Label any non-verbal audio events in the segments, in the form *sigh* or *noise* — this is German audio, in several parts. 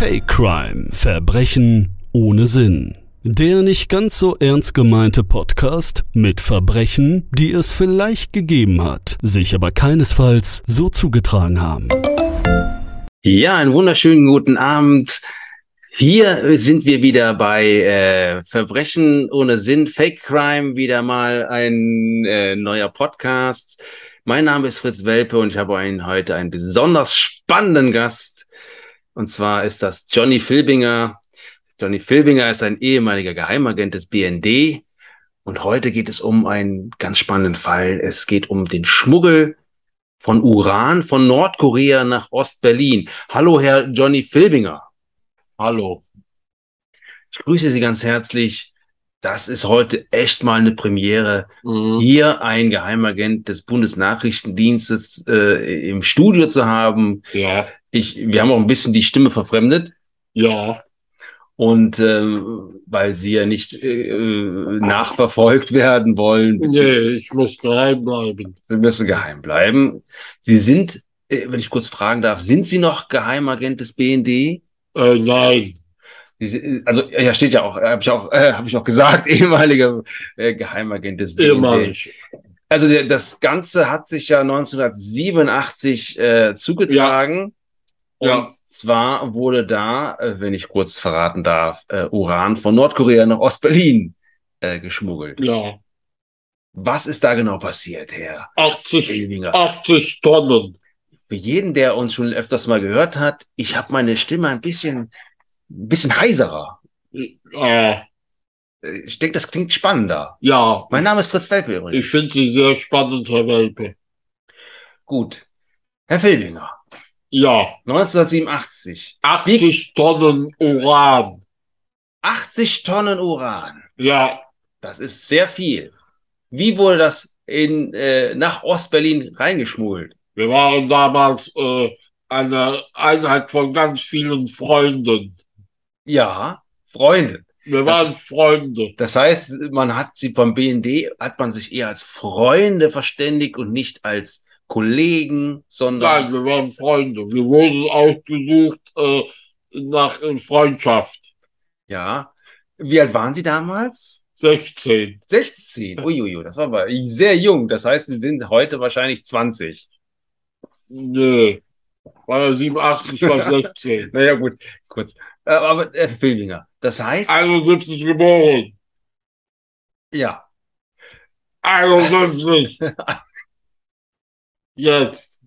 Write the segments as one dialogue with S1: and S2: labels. S1: High Crime Verbrechen ohne Sinn. Der nicht ganz so ernst gemeinte Podcast mit Verbrechen, die es vielleicht gegeben hat, sich aber keinesfalls so zugetragen haben.
S2: Ja, einen wunderschönen guten Abend. Hier sind wir wieder bei äh, Verbrechen ohne Sinn, Fake Crime, wieder mal ein äh, neuer Podcast. Mein Name ist Fritz Welpe und ich habe einen, heute einen besonders spannenden Gast. Und zwar ist das Johnny Filbinger. Johnny Filbinger ist ein ehemaliger Geheimagent des BND. Und heute geht es um einen ganz spannenden Fall. Es geht um den Schmuggel von Uran von Nordkorea nach Ostberlin. Hallo, Herr Johnny Filbinger. Hallo. Ich grüße Sie ganz herzlich. Das ist heute echt mal eine Premiere.
S3: Mhm.
S2: Hier einen Geheimagent des Bundesnachrichtendienstes äh, im Studio zu haben.
S3: Ja,
S2: Ich, wir haben auch ein bisschen die Stimme verfremdet.
S3: ja,
S2: Und ähm, weil sie ja nicht äh, nachverfolgt werden wollen,
S3: nee, ich muss geheim bleiben.
S2: wir müssen geheim bleiben. Sie sind, äh, wenn ich kurz fragen darf, sind Sie noch Geheimagent des BND?
S3: Äh, nein,
S2: Sie sind- Also ja, steht ja auch, habe ich auch, äh, habe ich auch gesagt, *laughs* ehemaliger äh, Geheimagent des BND.
S3: ehemalig.
S2: Also der, das Ganze hat sich ja 1987 äh, zugetragen.
S3: Ja. Ja.
S2: Und zwar wurde da, äh, wenn ich kurz verraten darf, äh, Uran von Nordkorea nach Ostberlin äh, geschmuggelt.
S3: Ja,
S2: Was ist da genau passiert, Herr
S3: 80,
S2: Elbinger?
S3: 80 Tonnen.
S2: Für jeden, der uns schon öfters mal gehört hat, ich habe meine Stimme ein bisschen, ein bisschen heiserer.
S3: Äh,
S2: Äh, Ich denke, das klingt spannender.
S3: ja,
S2: Mein Name ist Fritz Welpe übrigens.
S3: ich finde sie sehr spannend, Herr Welpe.
S2: Gut. Herr Filbinger,
S3: Ja,
S2: 1987,
S3: 80 Tonnen Uran.
S2: 80 Tonnen Uran.
S3: Ja,
S2: Das ist sehr viel. Wie wurde das in, äh, nach Ostberlin reingeschmuggelt?
S3: wir waren damals äh, eine Einheit von ganz vielen Freunden.
S2: Ja, Freunde.
S3: Wir
S2: Das-
S3: waren Freunde.
S2: Das heißt, man hat sie vom BND, hat man sich eher als Freunde verständigt und nicht als Kollegen, sondern
S3: Nein, wir waren Freunde. Wir wurden ausgesucht äh, nach äh, Freundschaft.
S2: ja. Wie alt waren sie damals?
S3: 16.
S2: 16. Uiuiui, das war aber sehr jung. Das heißt, sie sind heute wahrscheinlich 20.
S3: Nö. War ja 87, war *laughs* 16.
S2: Naja, gut, kurz. Äh, Aber äh, Filminger, das heißt,
S3: Ah. 71 geboren.
S2: ja,
S3: 51. Jetzt.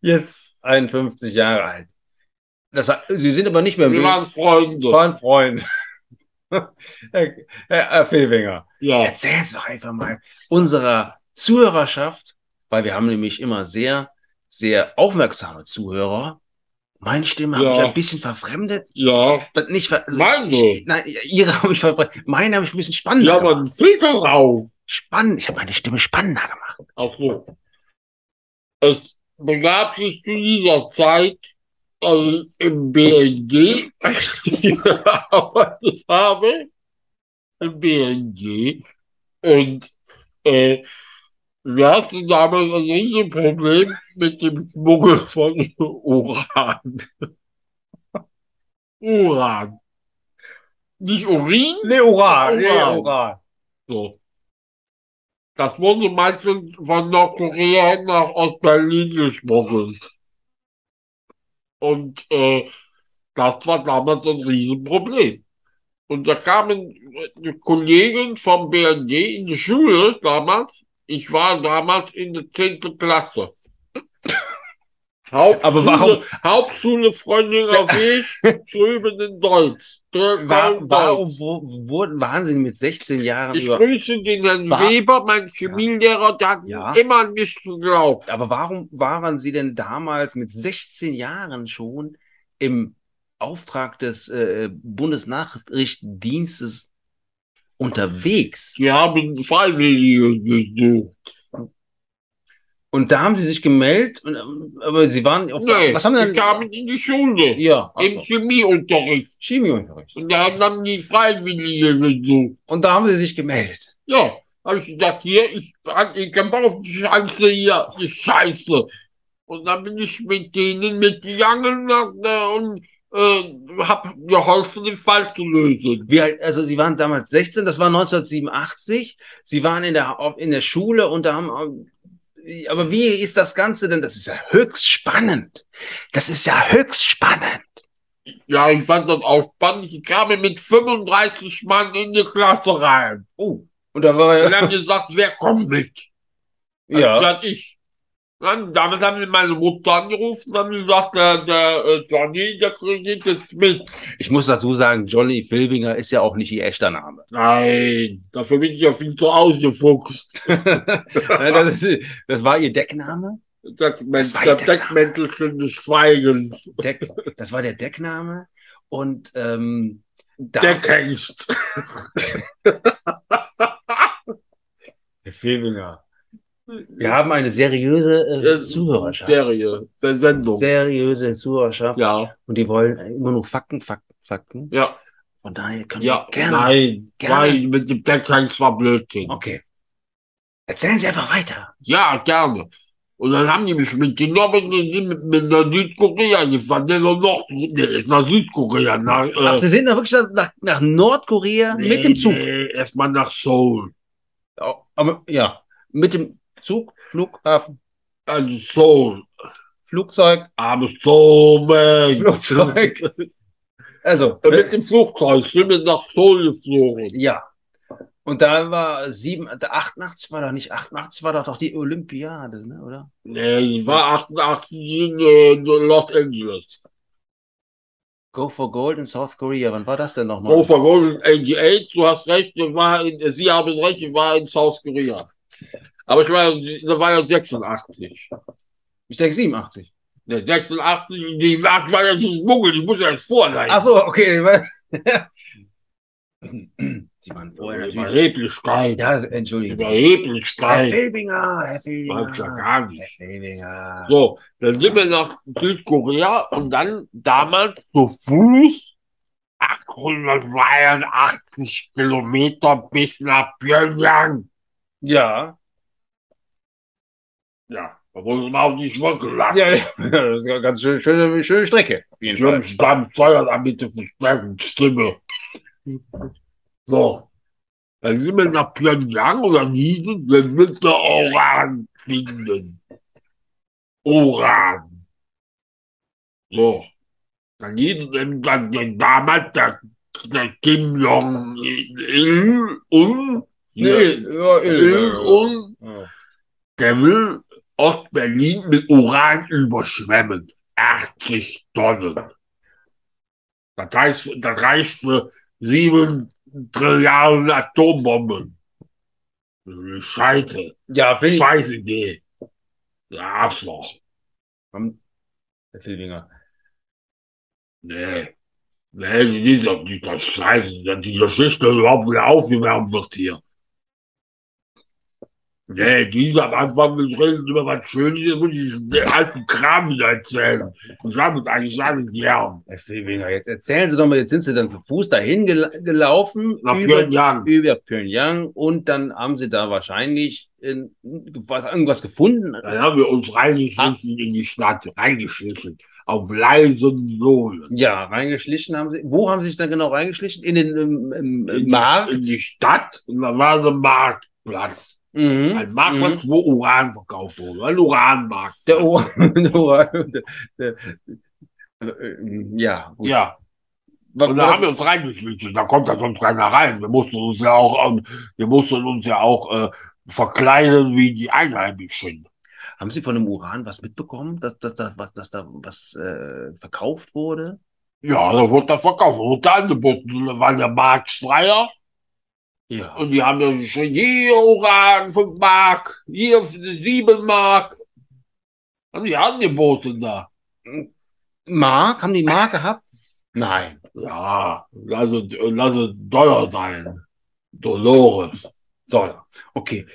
S2: jetzt 51 Jahre alt. Das, he- sie sind aber nicht mehr im
S3: Wir
S2: BND.
S3: waren Freunde.
S2: Von Freunden. *laughs* Herr, Herr Herr Fehlwinger,
S3: Ja.
S2: erzähl's doch einfach mal unserer Zuhörerschaft, weil wir haben nämlich immer sehr, sehr aufmerksame Zuhörer. Meine Stimme
S3: Ja.
S2: habe ich ein bisschen verfremdet.
S3: Ja.
S2: Das Nicht ver also
S3: Meine.
S2: Ich, nein, ihre habe ich verfremdet. Meine habe ich ein bisschen spannender
S3: Ja,
S2: gemacht.
S3: man fliegt rauf.
S2: Spannend. Ich habe meine Stimme spannender gemacht.
S3: Ach so. Es begab sich zu dieser Zeit, also im BND, *laughs* gearbeitet habe, im BND, und äh, wir hatten damals ein Riesenproblem mit dem Schmuggel von Uran. *laughs* Uran. Nicht Urin,
S2: Leora,
S3: Leora. so. Das wurde meistens von Nordkorea nach Ostberlin geschmuggelt. Und äh, das war damals ein Riesenproblem. Und da kamen äh, Kollegen vom BND in die Schule damals. Ich war damals in der 10. Klasse.
S2: *laughs*
S3: Hauptschule,
S2: Aber warum- *laughs*
S3: Hauptschule Freundinger Weg, drüben in Deutsch. Drüben in
S2: War,
S3: Deutsch.
S2: warum wo, wurden Wahnsinn mit 16 Jahren
S3: Ich
S2: über.
S3: grüße den Herrn
S2: War-
S3: Weber, mein Chemielehrer, der hat
S2: Ja.
S3: immer an mich geglaubt.
S2: Aber warum waren Sie denn damals mit 16 Jahren schon im Auftrag des äh, Bundesnachrichtendienstes unterwegs?
S3: Wir haben Freiwillige gesucht.
S2: Und da haben Sie sich gemeldet, und, ähm, aber Sie waren auf
S3: Nee,
S2: was haben Sie
S3: die
S2: denn?
S3: kamen in die Schule,
S2: ja, ach
S3: im
S2: so,
S3: Chemieunterricht.
S2: Chemieunterricht.
S3: Und da haben die Freiwillige gesucht.
S2: Und da haben Sie sich gemeldet.
S3: Ja, habe ich gedacht, hier, ich, ich habe auch die Scheiße hier, die Scheiße. Und dann bin ich mit denen mitgegangen und, äh, und äh, habe geholfen, den Fall zu lösen.
S2: Wie alt, also Sie waren damals 16, das war 1987. Sie waren in der, auf- in der Schule und da haben, ähm, aber wie ist das Ganze denn? Das ist ja höchst spannend. Das ist ja höchst spannend.
S3: Ja, ich fand das auch spannend. Ich kam mit 35 Mann in die Klasse rein.
S2: Oh, und da war
S3: Und haben gesagt, wer kommt mit?
S2: *laughs*
S3: Dann
S2: Ja.
S3: stand ich. Dann, damit haben sie meine Mutter angerufen und haben gesagt, der, der äh, Johnny, der geht jetzt mit.
S2: Ich muss dazu sagen, Johnny Filbinger ist ja auch nicht ihr echter *laughs* Name.
S3: Nein, dafür bin ich ja viel zu ausgefuchst.
S2: Nein, das, ist, das war ihr Deckname?
S3: Das,
S2: Das
S3: das
S2: war
S3: der
S2: ja der
S3: Deckmäntelchen des Schweigens.
S2: Deck, das war der Deckname. Und ähm, da,
S3: Deckhengst.
S2: *laughs* Der Filbinger. Wir haben eine seriöse äh, Zuhörerschaft.
S3: Serie, der Sendung.
S2: seriöse Zuhörerschaft.
S3: ja,
S2: Und die wollen immer nur Fakten, Fakten, Fakten.
S3: ja,
S2: Von daher können
S3: ja.
S2: wir gerne.
S3: Nein,
S2: Gerne.
S3: nein, mit dem Deckhengst war Blödsinn.
S2: Okay. Erzählen Sie einfach weiter.
S3: Ja, gerne. Und dann haben die mich mitgenommen und sind mit, mit nach Südkorea gefahren. Nee, nach Nord nee, nach Südkorea. Nach, äh,
S2: Ach, Sie sind da wirklich nach, nach Nordkorea
S3: nee,
S2: mit dem Zug.
S3: Nee, erstmal nach Seoul.
S2: Ja, Aber, ja, mit dem Zug, Flughafen,
S3: Also Seoul.
S2: Flugzeug,
S3: Aber Seoul.
S2: *laughs* Flugzeug. *laughs* Also,
S3: Äh, Mit dem Flugzeug sind wir nach Seoul geflogen.
S2: ja. Und da war sieben, da 88 war doch nicht, 88 war doch doch die Olympiade, ne, oder?
S3: Nee, ich war 88 in äh, Los Angeles.
S2: Go for Gold in South Korea, wann war das denn nochmal?
S3: Over Golden 88, du hast recht, ich war in, Sie haben recht, ich war in South Korea. Aber ich war, da war ja 86.
S2: ich denke 87.
S3: Der 86, die Nacht war ja nicht schmuggel, die muss ja jetzt vorleiten.
S2: Ach so, okay. Sie waren
S3: Oh,
S2: vorher natürlich.
S3: Überheblichkeit.
S2: Ja, entschuldigen. Herr
S3: Überheblichkeit.
S2: Filbinger, Herr Filbinger.
S3: Weiß ja gar
S2: Herr
S3: nicht.
S2: Filbinger.
S3: So, dann sind wir nach Südkorea und dann damals zu Fuß 883 Kilometer bis nach Pyongyang.
S2: Ja.
S3: Ja, da wurde man auf die Schwung gelassen.
S2: Ja, das war ganz schön, schöne, schöne Strecke. Auf jeden
S3: Ich habe mich beim Feuer damit zu verstärken, Stimme. So. Dann sind wir nach Pyongyang oder Niesen, dann wird der Oran finden. Oran. So. Dann Niesen, dann, dann, dann damals der, der Kim Jong-il und,
S2: Nee, ja,
S3: Il
S2: Il-
S3: und
S2: Ja.
S3: der will Ostberlin mit Uran überschwemmen. 80 Tonnen. Das heißt, das reicht für sieben Trilliarden Atombomben. Scheiße.
S2: Ja, finde ich.
S3: Scheiße Idee. Der Arschloch.
S2: Komm, Herr Filbinger.
S3: Nee. Nee, die ist doch nicht das Scheiße, dass die Geschichte überhaupt wieder aufgewärmt wird hier. Nee, die ist am Anfang des Redens über was Schönes, jetzt muss ich den alten Kram wieder erzählen. Ich habe es eigentlich gar nicht gern.
S2: Herr Filbinger, jetzt erzählen Sie doch mal, jetzt sind Sie dann zu Fuß dahin gel gelaufen.
S3: Nach
S2: über,
S3: Pyongyang.
S2: über Pyongyang und dann haben Sie da wahrscheinlich in, was, irgendwas gefunden.
S3: Dann haben wir uns reingeschlichen in die Stadt, reingeschlichen. Auf leisen Sohlen.
S2: Ja, reingeschlichen haben sie. Wo haben sie sich dann genau reingeschlichen? In den im, im, im Markt?
S3: In die Stadt, und da war ein Marktplatz.
S2: Mhm.
S3: Ein Marktplatz, wo Uran verkauft wurde. Ein Uranmarkt.
S2: Der Ohr. *laughs* Der Ohr der, der, ähm, ja, gut.
S3: Ja.
S2: War,
S3: Und da
S2: war
S3: haben wir uns reingeschlichen, da kommt ja sonst keiner rein. Wir mussten uns ja auch, ähm, wir mussten uns ja auch äh, verkleiden wie die Einheimischen.
S2: das, haben Sie von dem Uran was mitbekommen, dass, dass, dass, was, dass da was äh, verkauft wurde?
S3: Ja, da wurde das verkauft, wurde da angeboten. Da war der Marktschreier
S2: Ja.
S3: und die haben dann geschrien, hier Uran, 5 Mark, hier 7 Mark. Haben die angeboten da.
S2: Mark? Haben die Mark gehabt? Nein.
S3: Ja, lass es, lass es teuer sein. Dolores.
S2: Dollar. Okay.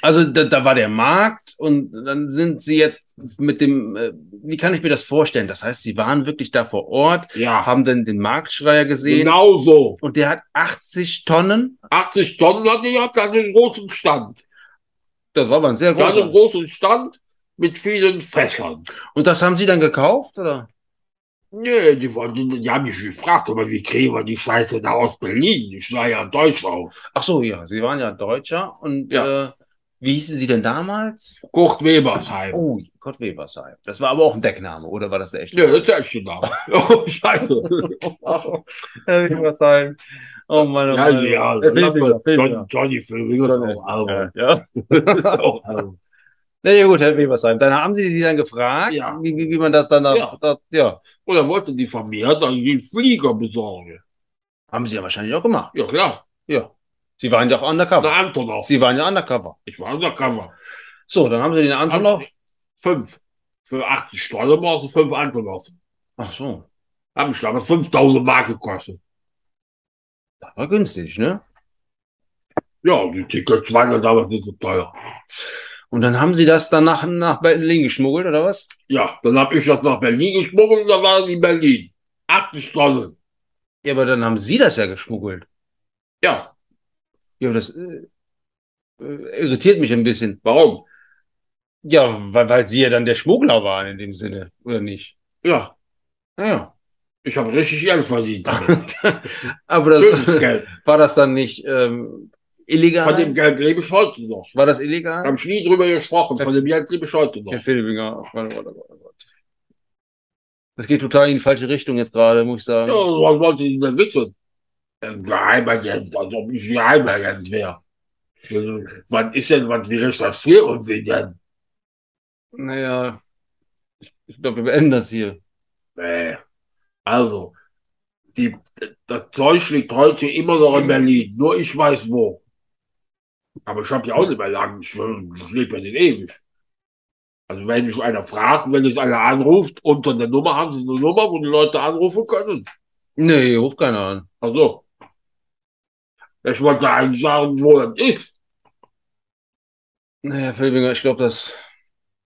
S2: Also da, da war der Markt und dann sind Sie jetzt mit dem, äh, wie kann ich mir das vorstellen? Das heißt, Sie waren wirklich da vor Ort,
S3: Ja,
S2: haben dann den Marktschreier gesehen.
S3: genau so.
S2: Und der hat 80 Tonnen.
S3: 80 Tonnen hatte ich, hat einen großen Stand.
S2: Das war aber ein sehr
S3: Da ist ein
S2: großer.
S3: großen Stand mit vielen Fässern.
S2: Und das haben Sie dann gekauft, oder?
S3: Nee, die, wollten, die haben mich gefragt, aber wie kriegen wir die Scheiße da aus Berlin? Ich war ja Deutscher.
S2: Ach so, ja, Sie waren ja Deutscher und
S3: Ja.
S2: äh, wie hießen Sie denn damals?
S3: Kurt Webersheim.
S2: Oh, Gott Webersheim. Das war aber auch ein Deckname, oder war das der echte?
S3: Nee, das ist echt
S2: *laughs*
S3: ein Name. Oh, Scheiße.
S2: Ach, Herr Webersheim. Oh Mann, oh
S3: Ja,
S2: Mann.
S3: ja.
S2: Äh, Filmfinger,
S3: John,
S2: Filmfinger.
S3: Johnny Filminger ist auch Album.
S2: Ja, ja. *laughs*
S3: Auch Album.
S2: Na ja, gut, Herr Webersheim. Dann haben Sie die dann gefragt,
S3: Ja.
S2: wie, wie, wie man das dann nach,
S3: Ja.
S2: Das, ja.
S3: Oder wollte die von mir dann den Flieger besorgen?
S2: Haben Sie ja wahrscheinlich auch gemacht.
S3: Ja, klar.
S2: Ja. Sie waren ja auch undercover.
S3: Der Antonov.
S2: Sie waren ja undercover.
S3: Ich war undercover.
S2: So, dann haben Sie den Antonov.
S3: Fünf. Für 80 Steuern brauchst du fünf Antonov.
S2: Ach so.
S3: Haben mich damals 5000 Mark gekostet.
S2: Das war günstig, ne?
S3: Ja, die Tickets waren ja damals nicht so teuer.
S2: Und dann haben Sie das dann nach, nach Berlin geschmuggelt, oder was?
S3: Ja, dann hab ich das nach Berlin geschmuggelt und dann war das in Berlin. 80 Tonnen.
S2: Ja, aber dann haben Sie das ja geschmuggelt.
S3: Ja,
S2: Ja, aber das äh, äh, irritiert mich ein bisschen.
S3: warum?
S2: Ja, weil, weil Sie ja dann der Schmuggler waren in dem Sinne, oder nicht?
S3: Ja,
S2: Naja.
S3: ich habe richtig Geld verdient damit.
S2: Aber
S3: Schönes
S2: *laughs* das,
S3: Geld.
S2: war das dann nicht ähm, illegal?
S3: Von dem Geld lebe ich heute noch.
S2: War das
S3: Da
S2: illegal?
S3: habe ich nie drüber gesprochen. Von dem Geld lebe ich heute
S2: Herr
S3: noch.
S2: Filbinger, oh Gott, oh Gott, oh Gott, oh Gott. Das geht total in die falsche Richtung jetzt gerade, muss ich
S3: Ja,
S2: sagen.
S3: was wollte ich denn wissen? Ein Geheimagent, als ob ich Geheimagent wäre. Also, Wann ist denn, was wir recherchieren Sie denn?
S2: Naja, ich glaube, wir beenden das hier.
S3: Nee. Also, die, das Zeug liegt heute immer noch in Berlin. Nur ich weiß wo. Aber ich habe ja auch nicht mehr lange. Ich, ich lebe ja nicht ewig. Also wenn mich einer fragt, wenn mich einer anruft, unter der Nummer haben sie eine Nummer, wo die Leute anrufen können.
S2: Nee, ruft keiner an.
S3: Also, ich wollte eigentlich sagen, wo das ist.
S2: Naja, Filbinger, ich glaube, das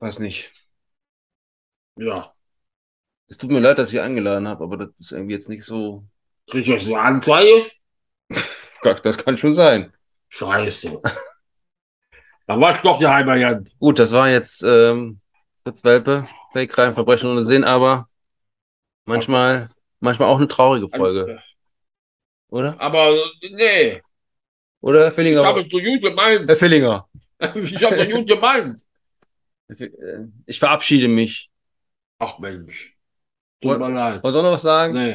S2: weiß nicht.
S3: Ja,
S2: Es tut mir leid, dass ich eingeladen habe, aber das ist irgendwie jetzt nicht so.
S3: krieg ich jetzt eine Anzeige?
S2: Das kann schon sein.
S3: Scheiße. Da war ich doch der Heimerjant.
S2: Gut, das war jetzt ähm, Fritz Welpe, Fake rein, Verbrechen ohne Sinn, aber manchmal, manchmal auch eine traurige Folge, oder?
S3: Aber nee,
S2: Oder Herr
S3: ich
S2: Fillinger?
S3: habe es so gut gemeint.
S2: Herr Fillinger,
S3: Ich habe es so gut gemeint.
S2: äh, ich verabschiede mich.
S3: Ach Mensch, tut mir leid.
S2: Wollt ihr noch was sagen?
S3: Nee.